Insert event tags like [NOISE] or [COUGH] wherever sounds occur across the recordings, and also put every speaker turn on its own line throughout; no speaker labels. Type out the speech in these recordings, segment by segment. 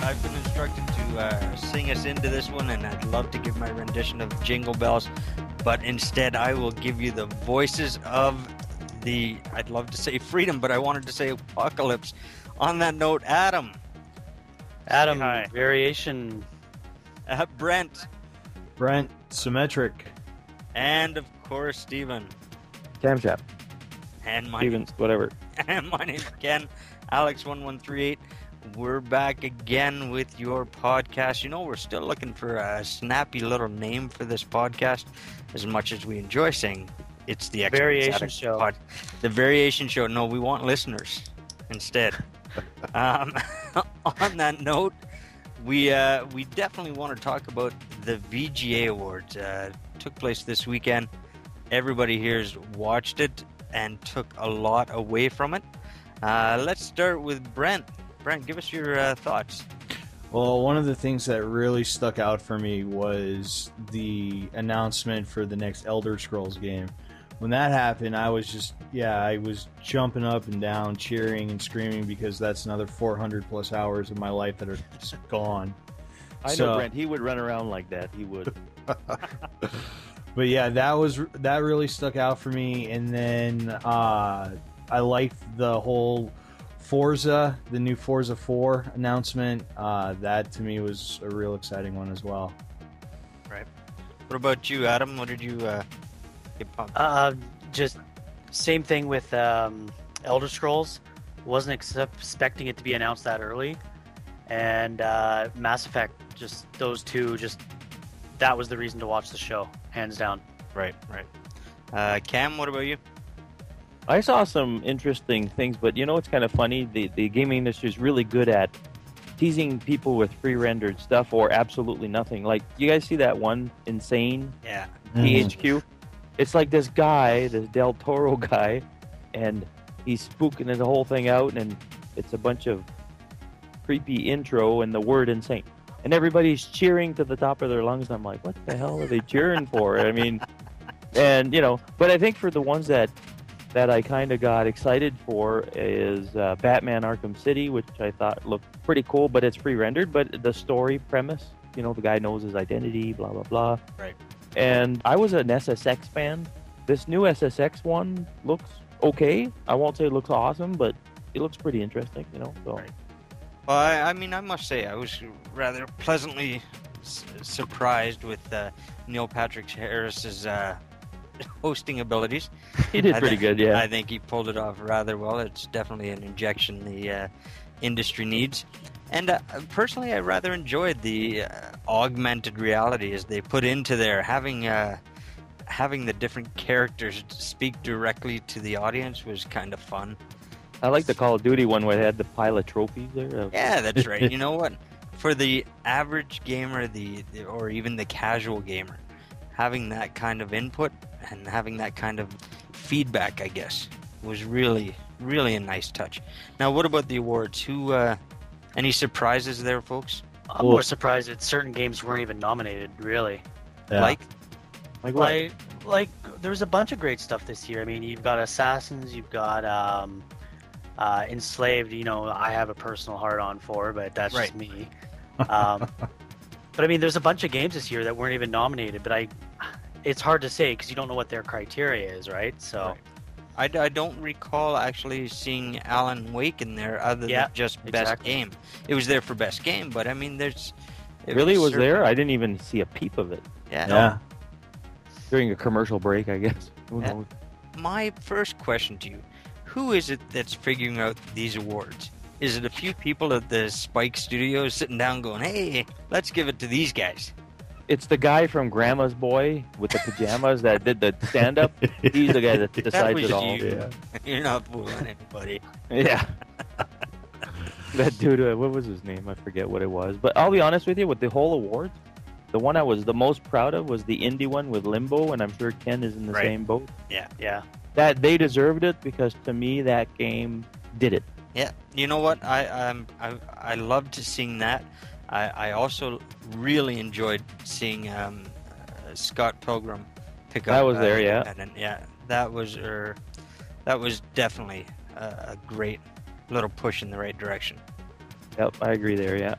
I've been instructed to uh, sing us into this one, and I'd love to give my rendition of Jingle Bells, but instead I will give you the voices of the. I'd love to say freedom, but I wanted to say apocalypse. On that note, Adam,
Adam,
Hi.
variation.
uh, Brent,
Brent, symmetric.
and of course Steven.
Camshaft,
And my
Stevens, whatever.
And [LAUGHS] my name's Ken, Alex1138. We're back again with your podcast. You know, we're still looking for a snappy little name for this podcast. As much as we enjoy saying it's the Experts
Variation
Addict
Show.
Pod- the Variation Show. No, we want listeners
[LAUGHS]
instead. um, [LAUGHS] on that note, we uh, we definitely want to talk about the VGA Awards. Uh, took place this weekend. Everybody here's watched it and took a lot away from it. Uh, let's start with Brent. Brent, give us your uh, thoughts.
Well, one of the things that really stuck out for me was the announcement for the next Elder Scrolls game. When that happened, I was just, yeah, I was jumping up and down, cheering and screaming because that's another 400 plus hours of my life that are just gone.
I know
So-
Brent. He would run around like that. He would.
but yeah, that was that really stuck out for me. And then uh, I liked the whole Forza, the new Forza Four announcement. Uh, that to me was a real exciting one as well.
What about you, Adam? What did you uh, get pumped?
Uh, just same thing with um, Elder Scrolls. Wasn't ex- expecting it to be announced that early, and uh, Mass Effect. Just those two. Just that was the reason to watch the show, hands down.
Right, right. Uh, Cam, what about you?
I saw some interesting things, but you know what's kind of funny? The the gaming industry is really good at teasing people with pre-rendered stuff or absolutely nothing. Like you guys see that one insane
Yeah.
Mm-hmm.
THQ? It's like this guy, this Del Toro [LAUGHS] guy, and he's spooking the whole thing out, and it's a bunch of creepy intro and the word insane. And everybody's cheering to the top of their lungs. And I'm like, what the hell are they cheering for? I mean, [LAUGHS] and you know, but I think for the ones that that I kind of got excited for is uh, Batman Arkham City, which I thought looked pretty cool, but it's pre-rendered. But the story premise, you know, the guy knows his identity, blah blah blah.
Right.
And I was an SSX fan. This new SSX one looks okay. I won't say it looks awesome, but it looks pretty interesting, you know. So
Right. Well, I, I mean, I must say, I was rather pleasantly s- surprised with uh, Neil Patrick Harris's uh, [LAUGHS] hosting abilities.
[LAUGHS] he did
I
pretty
think-
good, yeah.
I think he pulled it off rather well. It's definitely an injection the uh, industry needs. And uh, personally, I rather enjoyed the uh, augmented reality as they put into there having uh, having the different characters speak directly to the audience was kind of fun.
I like the Call of Duty one where they had the pile of trophies there. Uh, That was-
Yeah, that's right.
[LAUGHS]
you know what? For the average gamer, the, the or even the casual gamer, having that kind of input and having that kind of feedback, I guess, was really really a nice touch. Now, what about the awards? Who uh, any surprises there, folks?
I'm
Well-
more surprised that certain games weren't even nominated. Really.
Yeah.
Like
Like what?
like like there's a bunch of great stuff this year. I mean, you've got Assassins, you've got um, uh, Enslaved. You know, I have a personal heart on for, but that's just
Right.
me. Um, [LAUGHS] but I mean, there's a bunch of games this year that weren't even nominated. But I, it's hard to say because you don't know what their criteria is, right? So
Right. I, I don't recall actually seeing Alan Wake in there other
Yeah,
than just best
exactly.
game. It was there for best game, but I mean, there's
it really was
certainly-
there? I didn't even see a peep of it
Yeah,
yeah.
during a commercial break. I guess. [LAUGHS] Who
Yeah.
knows?
my first question to you who is it that's figuring out these awards is it a few people at the spike studios sitting down going hey let's give it to these guys [LAUGHS]
It's the guy from Grandma's Boy with the pajamas that did the
[LAUGHS]
stand up. He's the guy that decides
was
it all.
you.
Oh, Yeah.
you're not fooling anybody
Yeah. [LAUGHS] that dude, uh, what was his name? I forget what it was. But I'll be honest with you, with the whole awards, the one I was the most proud of was the indie one with Limbo, and I'm sure Ken is in the
Right.
same boat.
yeah,
That they deserved it because to me that game did it.
yeah you know what i um, i, I loved seeing that I, I also really enjoyed seeing um, uh, scott pilgrim pick up
I was
uh,
there, yeah.
Independent. yeah that was er, that was definitely a, a great little push in the right direction Uh,
Yep, I agree there. Yeah,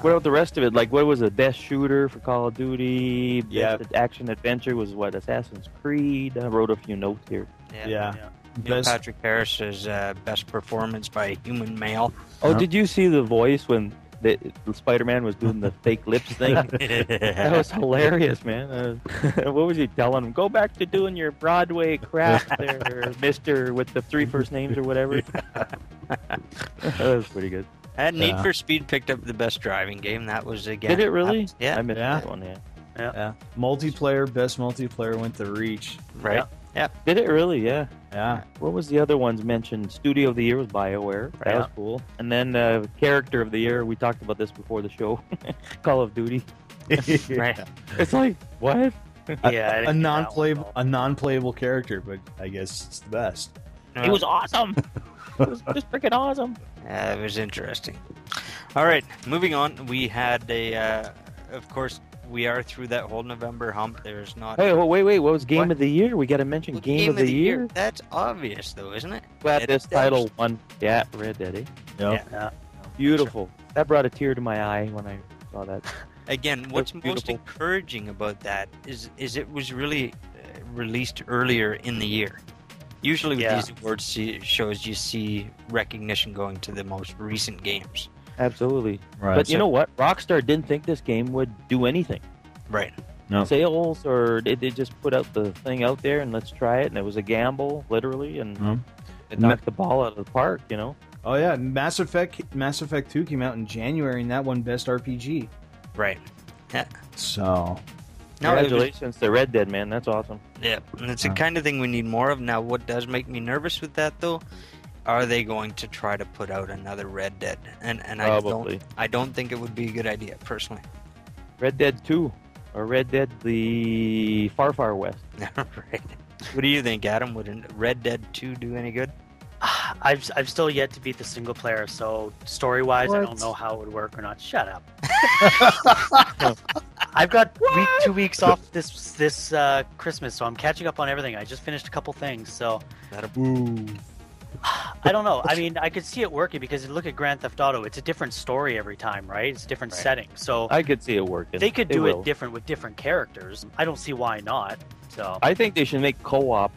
What about the rest of it? Like, what was the best shooter for Call of Duty? Best
Yeah.
action adventure was what? Assassin's Creed. I wrote a few notes here.
Yeah.
Yeah.
yeah.
Neil
Best-
Patrick Harris is uh, best performance by a human male.
Oh,
Huh?
did you see the voice when the, Spider-Man was doing the fake lips
[LAUGHS]
thing? [LAUGHS] That was hilarious, man. [LAUGHS] Uh, what was he telling him? Go back to doing your Broadway crap [LAUGHS] there, Mister, with the three first names or whatever. [LAUGHS] that was pretty good.
and Need
Yeah.
for Speed picked up the best driving game. That was again.
Did it really?
Yeah.
I missed
Yeah.
that one. Yeah.
Yeah. Multiplayer, best multiplayer went to Reach.
Right.
Did it really? Yeah.
Yeah.
[LAUGHS] What was the other ones mentioned? Studio of the Year was BioWare. That
Yeah.
was cool. And then uh, Character of the Year. We talked about this before the show. [LAUGHS] Call of Duty.
Right.
It's like what?
Yeah, I didn't
[LAUGHS] a
get that
non-playable,
one at all.
a non-playable character, but I guess it's the best.
No,
It was awesome. it was just freaking awesome.
uh, it was interesting. All right, moving on. We had a, uh, of course, we are through that whole November hump. There's not
Hey, oh, wait, wait. What was Game
What?
of the Year? We got to mention
Well,
Game, of, the, Year.
That's obvious, though, isn't it?
Glad
It
this
does.
title won. Yeah, Red Dead. eh?
Yep.
Yeah.
Beautiful. That brought a tear to my eye when I saw that.
Again, what's
That's
most
beautiful.
encouraging about that is is it was really uh, released earlier in the year. Usually, with
Yeah.
these awards see, shows, you see recognition going to the most recent games.
Absolutely.
Right.
but you know what? Rockstar didn't think this game would do anything.
Right.
No.
Sales, or they, they just put out the thing out there and let's try it. And it was a gamble, literally, and
Mhm.
it knocked the ball out of the park, you know?
oh yeah, Mass Effect, Mass Effect Two came out in January, and that won Best RPG.
Right.
So
No, it was-
Congratulations to Red Dead, man. That's awesome.
yeah, and it's
Yeah.
the kind of thing we need more of. Now, what does make me nervous with that, though? Are they going to try to put out another Red Dead? And and I don't
Probably.
I don't think it would be a good idea personally. [LAUGHS]
Red Dead 2, or Red Dead the Far Far West.
right. What do you think, Adam? Would an- Red Dead Two do any good?
[SIGHS] I've I've still yet to beat the single player, so story wise, I
What?
don't know how it would work or not. Shut up. I've got week, two weeks off this this uh, Christmas, so I'm catching up on everything. I just finished a couple things, so [SIGHS]
ooh,
I don't know. I mean, I could see it working because look at Grand Theft Auto; it's a different story every time, right? It's a different
Right.
setting, so
I could see it working.
they could
They
do
will.
it different with different characters. I don't see why not. So
I think they should make co-op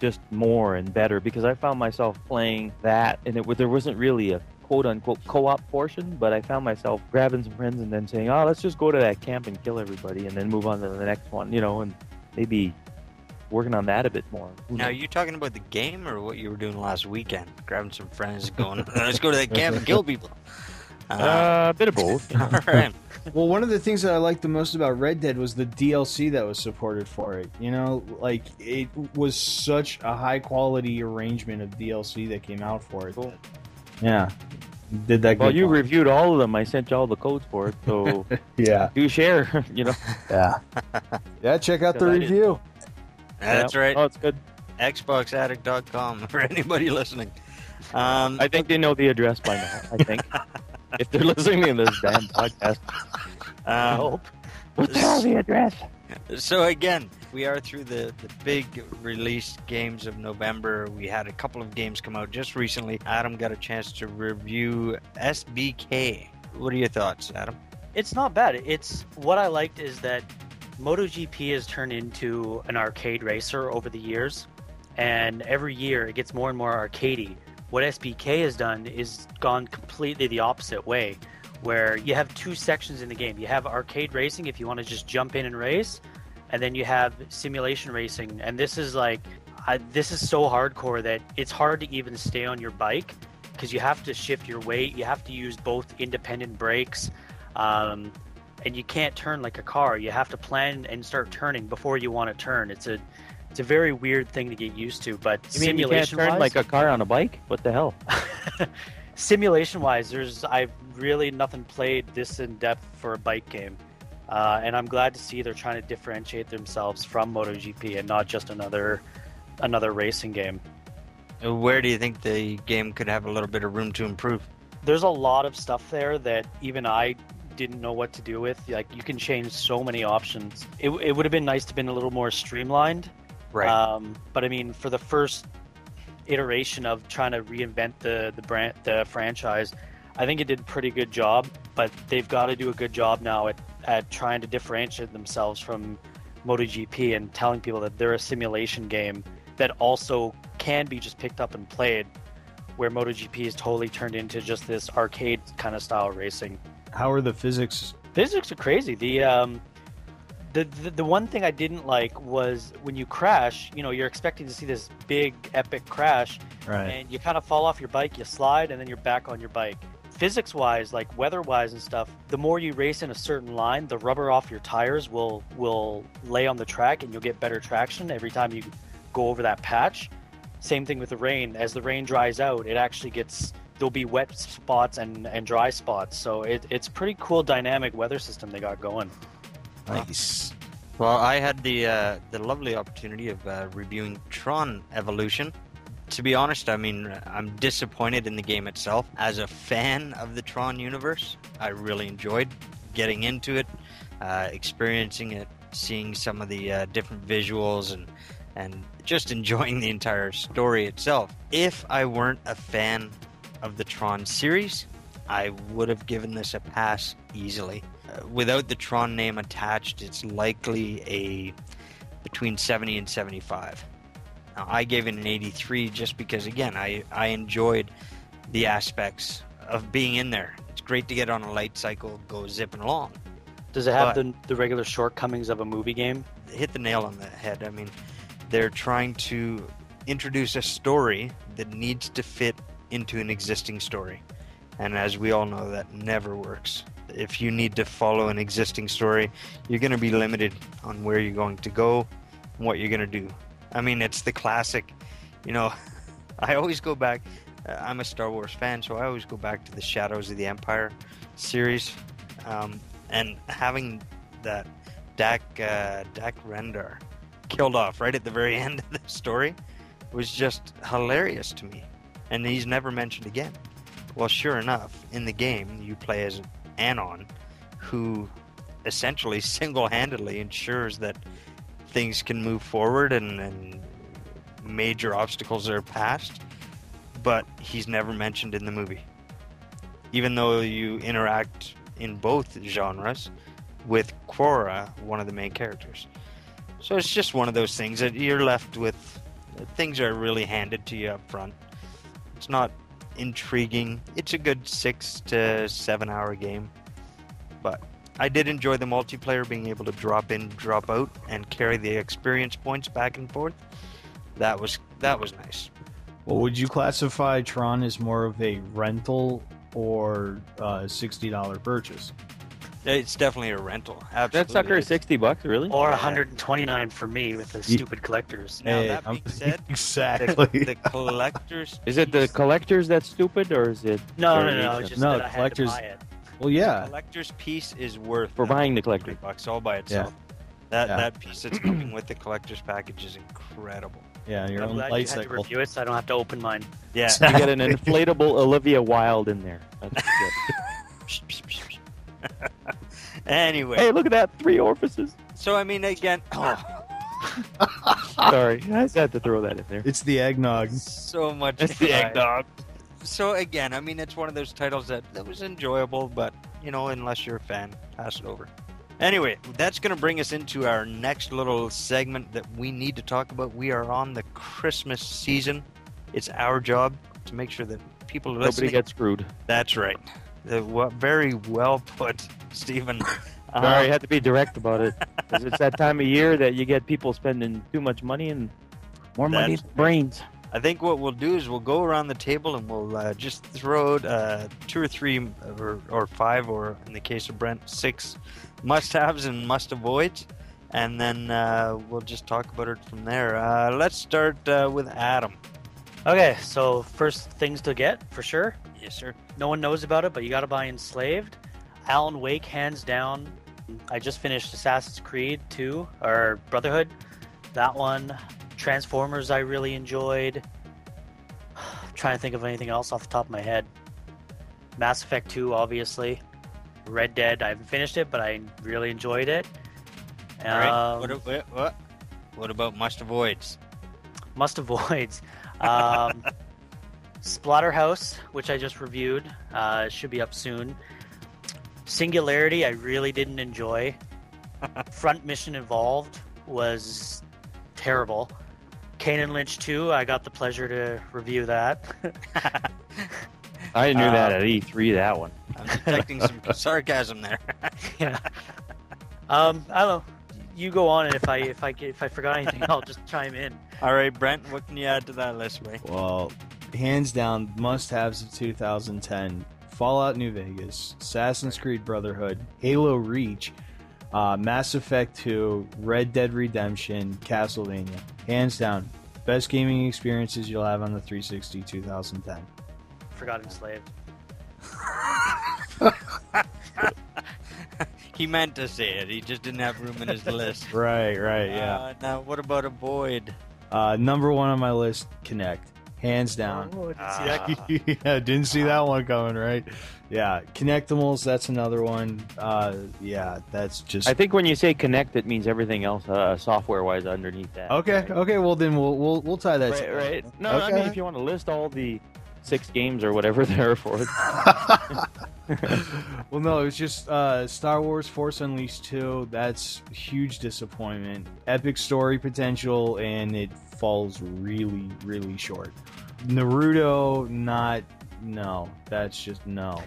just more and better because I found myself playing that, and it wa- there wasn't really a quote unquote co-op portion, but I found myself grabbing some friends and then saying, "Oh, let's just go to that camp and kill everybody, and then move on to the next one," you know, and maybe working on that a bit more. Who
Now,
knows?
you talking about the game or what you were doing last weekend? Grabbing some friends, going, let's go to
[LAUGHS]
that camp and kill people. Uh,
uh, a bit
[LAUGHS]
of both.
all right.
Well, one of the things that I liked the most about Red Dead was the DLC that was supported for it. You know, like it was such a high quality arrangement of DLC that came out for it.
Cool.
Yeah, did that.
Well,
good
you
one.
reviewed all of them. I sent you all the codes for it,
[LAUGHS]
so
yeah,
do share. [LAUGHS] You know,
yeah, [LAUGHS] yeah. Check out the
Because I didn't-
review.
That's
Yeah.
right.
Oh, it's good.
XboxAddict.com [LAUGHS] for anybody listening. Um,
I think they know the address by now.
[LAUGHS]
I think if they're listening to this damn podcast, I
um,
hope. What's the address?
so, again, we are through the, the big release games of November. We had a couple of games come out just recently. Adam got a chance to review SBK. What are your thoughts, Adam?
it's not bad. It's what I liked is that MotoGP has turned into an arcade racer over the years, and every year it gets more and more arcadey. What SBK has done is gone completely the opposite way, where you have two sections in the game. You have arcade racing if you want to just jump in and race, and then you have simulation racing. And this is like, I, this is so hardcore that it's hard to even stay on your bike because you have to shift your weight, you have to use both independent brakes um, and you can't turn like a car. You have to plan and start turning before you want to turn. It's a it's a very weird thing to get used to, but
You mean you can't
simulation
turn
wise,
like a car on a bike? What the hell?
[LAUGHS] simulation wise, there's I've really nothing played this in depth for a bike game, uh, and I'm glad to see they're trying to differentiate themselves from MotoGP and not just another another racing game.
Where do you think the game could have a little bit of room to improve?
there's a lot of stuff there that even I didn't know what to do with. Like you can change so many options. It, it would have been nice to have been a little more streamlined. Um, but I mean, for the first iteration of trying to reinvent the the brand the franchise, I think it did a pretty good job, but they've got to do a good job now at, at trying to differentiate themselves from MotoGP and telling people that they're a simulation game that also can be just picked up and played, where MotoGP is totally turned into just this arcade kind of style racing
How are the physics?
physics are crazy. The um, the, the the one thing I didn't like was when you crash. You know, you're expecting to see this big epic crash,
Right.
and you kind of fall off your bike, you slide, and then you're back on your bike. Physics wise, like weather wise and stuff, the more you race in a certain line, the rubber off your tires will will lay on the track, and you'll get better traction every time you go over that patch. Same thing with the rain. As the rain dries out, it actually gets there'll be wet spots and and dry spots. So it, it's pretty cool dynamic weather system they got going.
Nice.
Well, I had the uh, the lovely opportunity of uh, reviewing Tron Evolution. To be honest, I mean, I'm disappointed in the game itself. As a fan of the Tron universe, I really enjoyed getting into it, uh, experiencing it, seeing some of the uh, different visuals, and and just enjoying the entire story itself. If I weren't a fan of the Tron series, I would have given this a pass easily. Uh, without the Tron name attached, it's likely a between 70 and 75. Now, I gave it an 83 just because, again, I, I enjoyed the aspects of being in there. It's great to get on a light cycle, go zipping along.
Does it have
But-
the the regular shortcomings of a movie game?
hit the nail on the head. I mean, they're trying to introduce a story that needs to fit into an existing story. And as we all know, that never works. If you need to follow an existing story, you're going to be limited on where you're going to go and what you're going to do. I mean, it's the classic, you know, [LAUGHS] I always go back. uh, I'm a Star Wars fan, so I always go back to the Shadows of the Empire series. Um, and having that Dak uh, Dak Rendar killed off right at the very [LAUGHS] end of the story was just hilarious to me, and he's never mentioned again. Well, sure enough, in the game you play as Anon, who essentially [LAUGHS] single-handedly ensures that things can move forward and, and major obstacles are passed, but he's never mentioned in the movie. Even though you interact in both genres, with Quora, one of the main characters. So it's just one of those things that you're left with. Things are really handed to you up front. It's not intriguing. It's a good six to seven hour game. But I did enjoy the multiplayer, being able to drop in, drop out, and carry the experience points back and forth. That was that was nice.
Well, would you classify Tron as more of a rental or uh, sixty dollar purchase?
It's definitely a rental. Absolutely.
That sucker is sixty bucks, really?
Or 129 for me with the stupid collectors.
Now,
Hey,
that
I'm- [LAUGHS]
being said,
Exactly.
the collector's
Is it the
piece-
collectors that's stupid, or is it
No,
Very
no, no.
decent.
It's just
No,
that I had to
collectors-
buy it.
well, yeah.
collector's piece is worth
for buying the
[LAUGHS]
collector?
30 bucks all by itself. That
Yeah.
that piece that's coming with the collector's package is
[LAUGHS]
incredible.
Yeah, your
I'm
own
glad
light
you had to
cycle.
review it, so I don't have to open mine.
Yeah. [LAUGHS]
You get an inflatable Olivia Wilde in there. That's good.
anyway,
hey, look at that! Three orifices.
so I mean,
[LAUGHS]
again, oh,
Sorry, I just had to throw that in there.
It's the eggnog.
so much. So again, I mean, it's one of those titles that that was enjoyable, but you know, unless you're a fan, pass it over. Anyway, that's going to bring us into our next little segment that we need to talk about. We are on the Christmas season. It's our job to make sure that people are
Nobody
listening
gets screwed.
That's right. The, wa- very well put, [LAUGHS] Stephen. Uh,
Sorry, I had to be direct about it. 'Cause it's that time of year that you get people spending too much money and more money
That's-
than brains.
I think what we'll do is we'll go around the table and we'll uh, just throw out uh, two or three, or, or five, or in the case of Brent, six must haves and must avoids. And then uh, we'll just talk about it from there. Uh, let's start uh, with Adam.
Okay, so first things to get for sure.
Yes, sir.
No one knows about it, but you got to buy Enslaved. Alan Wake, hands down. I just finished Assassin's Creed 2 or Brotherhood. That one. Transformers, I really enjoyed. [SIGHS] trying to think of anything else off the top of my head. Mass Effect 2, obviously. Red Dead, I haven't finished it, but I really enjoyed it.
All right.
Um,
what, a- what, what, what about must avoids?
must avoids. Um, Splatterhouse, which I just reviewed, uh, should be up soon. Singularity, I really didn't
[LAUGHS]
enjoy. Front Mission Involved was terrible. Kane and Lynch 2, I got the pleasure to review
[LAUGHS]
that.
I knew
Uh,
that at E3. That one.
I'm detecting some sarcasm there.
yeah. Um, I don't know. You go on, and if I if I get- if I forgot anything, I'll just chime in.
All right, Brent, what can you add to that list, Ray?
Well, hands down, must haves of 2010 Fallout New Vegas, Assassin's Creed Brotherhood, Halo Reach, uh, Mass Effect 2, Red Dead Redemption, Castlevania. Hands down, best gaming experiences you'll have on the 360 2010.
Forgotten Slave.
He meant to say it. He just didn't have room in his list.
Right, right, yeah.
Uh, now, what about a Boyd?
Uh, number one on my list, Connect. Hands down.
Oh, I didn't
Uh,
see that.
Ah.
[LAUGHS] yeah, didn't see that one coming, right? Yeah, Connectimals, that's another one. Uh, yeah, that's just
I think when you say connect, it means everything else uh, software-wise underneath that.
Okay.
Right?
Okay. Well, then we'll we'll we'll tie that.
Right, right. No, I
Okay.
mean if you want to list all the six games or whatever [LAUGHS] there are for it.
[LAUGHS]
[LAUGHS]
well, no, it was just uh, Star Wars Force Unleashed two. That's huge disappointment. Epic story potential, and it falls really, really short. Naruto, not no. That's just
[LAUGHS]
no.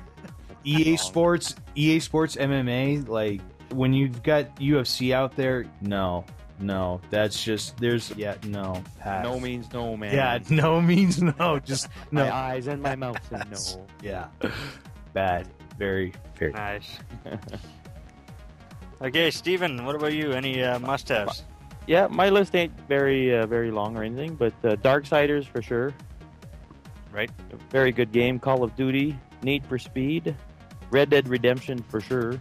EA Sports, EA Sports MMA, like when you've got UFC out there, no, no. That's just there's yeah, no. Pass.
No means no, man.
Yeah, [LAUGHS] no means no. Just no.
My eyes and my mouth said
Yes.
no.
Yeah. Bad. Very, very.
Nice. okay, Steven, what about you? Any uh, must-haves?
Yeah, my list ain't very uh, very long or anything, but uh, Darksiders for sure.
Right.
A very good game. Call of Duty, Need for Speed, Red Dead Redemption for sure,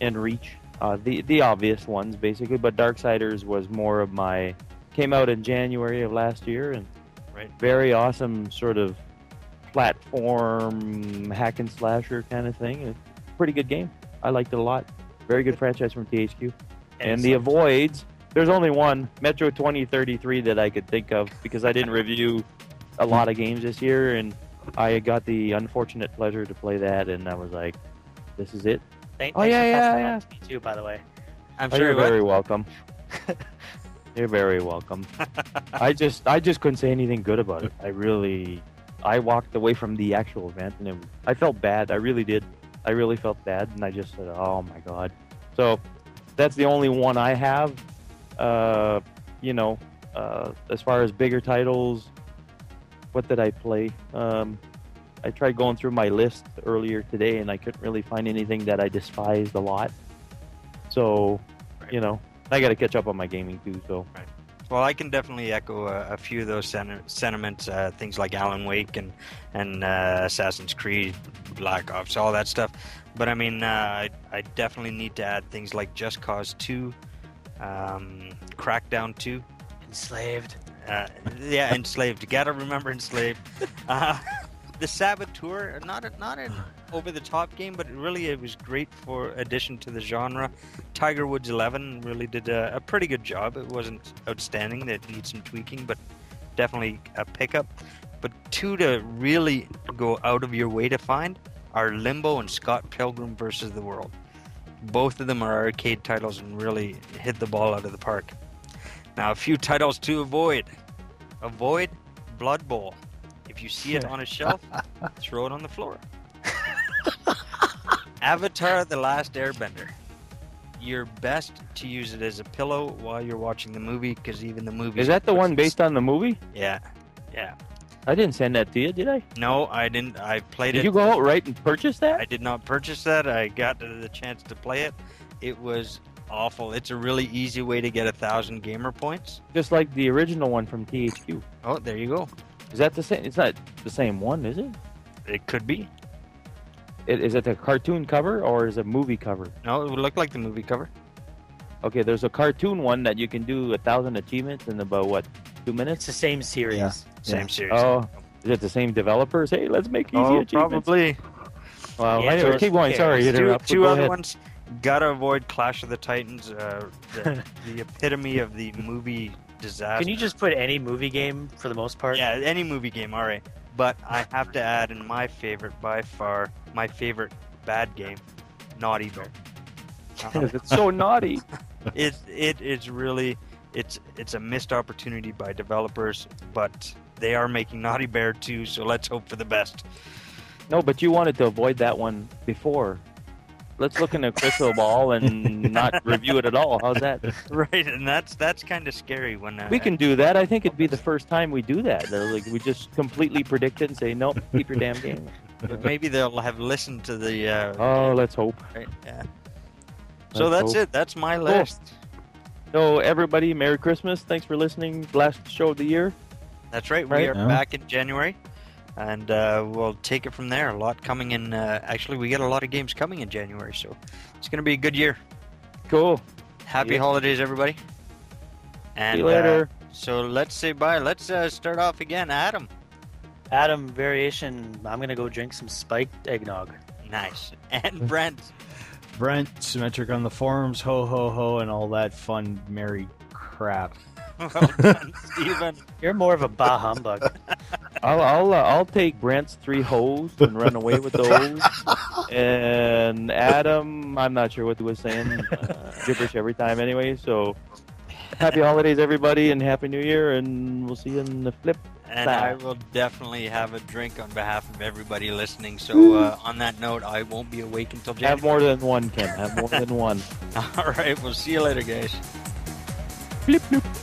and Reach. Uh, the the obvious ones basically, but Darksiders was more of my came out in January of last year and
Right.
very awesome sort of platform hack and slasher kind of thing. And Pretty good game. I liked it a lot. Very good franchise from THQ and the avoids there's only one metro 2033 that i could think of because i didn't review a lot of games this year and i got the unfortunate pleasure to play that and i was like this is it
Thank,
Oh,
thanks
yeah,
for
yeah,
passing
yeah.
that to me too, by the way.
I'm
Oh,
sure
you're
you will.
very welcome you're very welcome i just i just couldn't say anything good about it i really i walked away from the actual event and it, i felt bad i really did i really felt bad and i just said oh my god so that's the only one i have uh you know uh as far as bigger titles what did i play um i tried going through my list earlier today and i couldn't really find anything that i despised a lot so you know i gotta catch up on my gaming too so
Well, I can definitely echo uh, a, a few of those sen- sentiments. Uh, things like Alan Wake and and uh, Assassin's Creed, Black Ops, all that stuff. But I mean, uh, I, I definitely need to add things like Just Cause Two, um, Crackdown Two.
Enslaved.
Uh, yeah, enslaved. Gotta remember enslaved. Uh, the Saboteur, not a, not an over the top game, but really it was great for addition to the genre. Tiger Woods Eleven really did a, a pretty good job. It wasn't outstanding. It needs some tweaking, but definitely a pickup. But two to really go out of your way to find are Limbo and Scott Pilgrim versus the World. Both of them are arcade titles and really hit the ball out of the park. Now, a few titles to avoid. Avoid Blood Bowl. If you see it on a
[LAUGHS]
shelf, throw it on the floor. [LAUGHS] Avatar The Last Airbender. Your best to use it as a pillow while you're watching the movie because even the movie.
is that the one based on the movie
Yeah. Yeah.
i didn't send that to you did i
No, I didn't. I played
did
it.
you go out right and purchase that
I did not purchase that. I got the chance to play it. It was awful. It's a really easy way to get a thousand gamer points.
just like the original one from THQ.
Oh, there you go.
Is that the same? It's not the same one, is it?
It could be.
it is it a cartoon cover or is it a movie cover?
No, it would look like the movie cover.
Okay, there's a cartoon one that you can do a thousand achievements in about what two
It's
minutes.
the same series.
Yeah.
Same
Yeah.
series.
Oh, is it the same developers? Hey, let's make easy
Oh,
achievements.
probably.
Wow.
Yeah,
anyway,
so-
keep going.
okay,
Sorry,
Two-
interrupt.
two
Go
other
ahead.
ones. Gotta avoid Clash of the Titans. Uh, the,
[LAUGHS]
the epitome of the movie disaster.
Can you just put any movie game for the most part?
Yeah, any movie game. All right. But I have to add in my favorite, by far, my favorite bad game, Naughty
[LAUGHS]
Dog. Um,
it's so naughty.
it it is really it's it's a missed opportunity by developers, but they are making Naughty Bear 2, so let's hope for the best. [LAUGHS]
No, but you wanted to avoid that one before. Let's look in a crystal
[LAUGHS]
ball and not review it at all. How's that?
Right, and that's that's kind of scary when uh,
We can do that. I think it'd be the first time we do that. They're Like we just completely predict it and say, "No, keep your damn
[LAUGHS]
game."
[LAUGHS] maybe they'll have listened to the uh,
Oh, let's hope.
right, yeah. So
Let's
that's
hope.
it. That's my list.
So everybody, Merry Christmas! Thanks for listening. Last show of the year.
That's right. We
Right.
are
Yeah.
back in January, and uh, we'll take it from there. A lot coming in. Uh, actually, we get a lot of games coming in January, so it's going to be a good year.
Cool.
Happy
Yeah.
holidays, everybody. And
See you later.
uh, so let's say bye. Let's uh, start off again, Adam.
Adam variation. I'm gonna go drink some spiked eggnog.
Nice. [LAUGHS]
[LAUGHS]
And Brent.
Brent, symmetric on the forums, ho ho ho, and all that fun merry crap.
well
[LAUGHS]
done, Steven.
You're more of a bah humbug.
I'll I'll, uh, I'll take Brent's three hoes and run away with those. and Adam, I'm not sure what he was saying. Uh, gibberish every time, anyway. So happy holidays, everybody, and happy New Year, and we'll see you in the flip.
And I will definitely have a drink on behalf of everybody listening. So uh, on that note, I won't be awake until [LAUGHS]
Have
January.
more than one, Ken. Have more than one.
All right. We'll see you later, guys.
Flip, flip.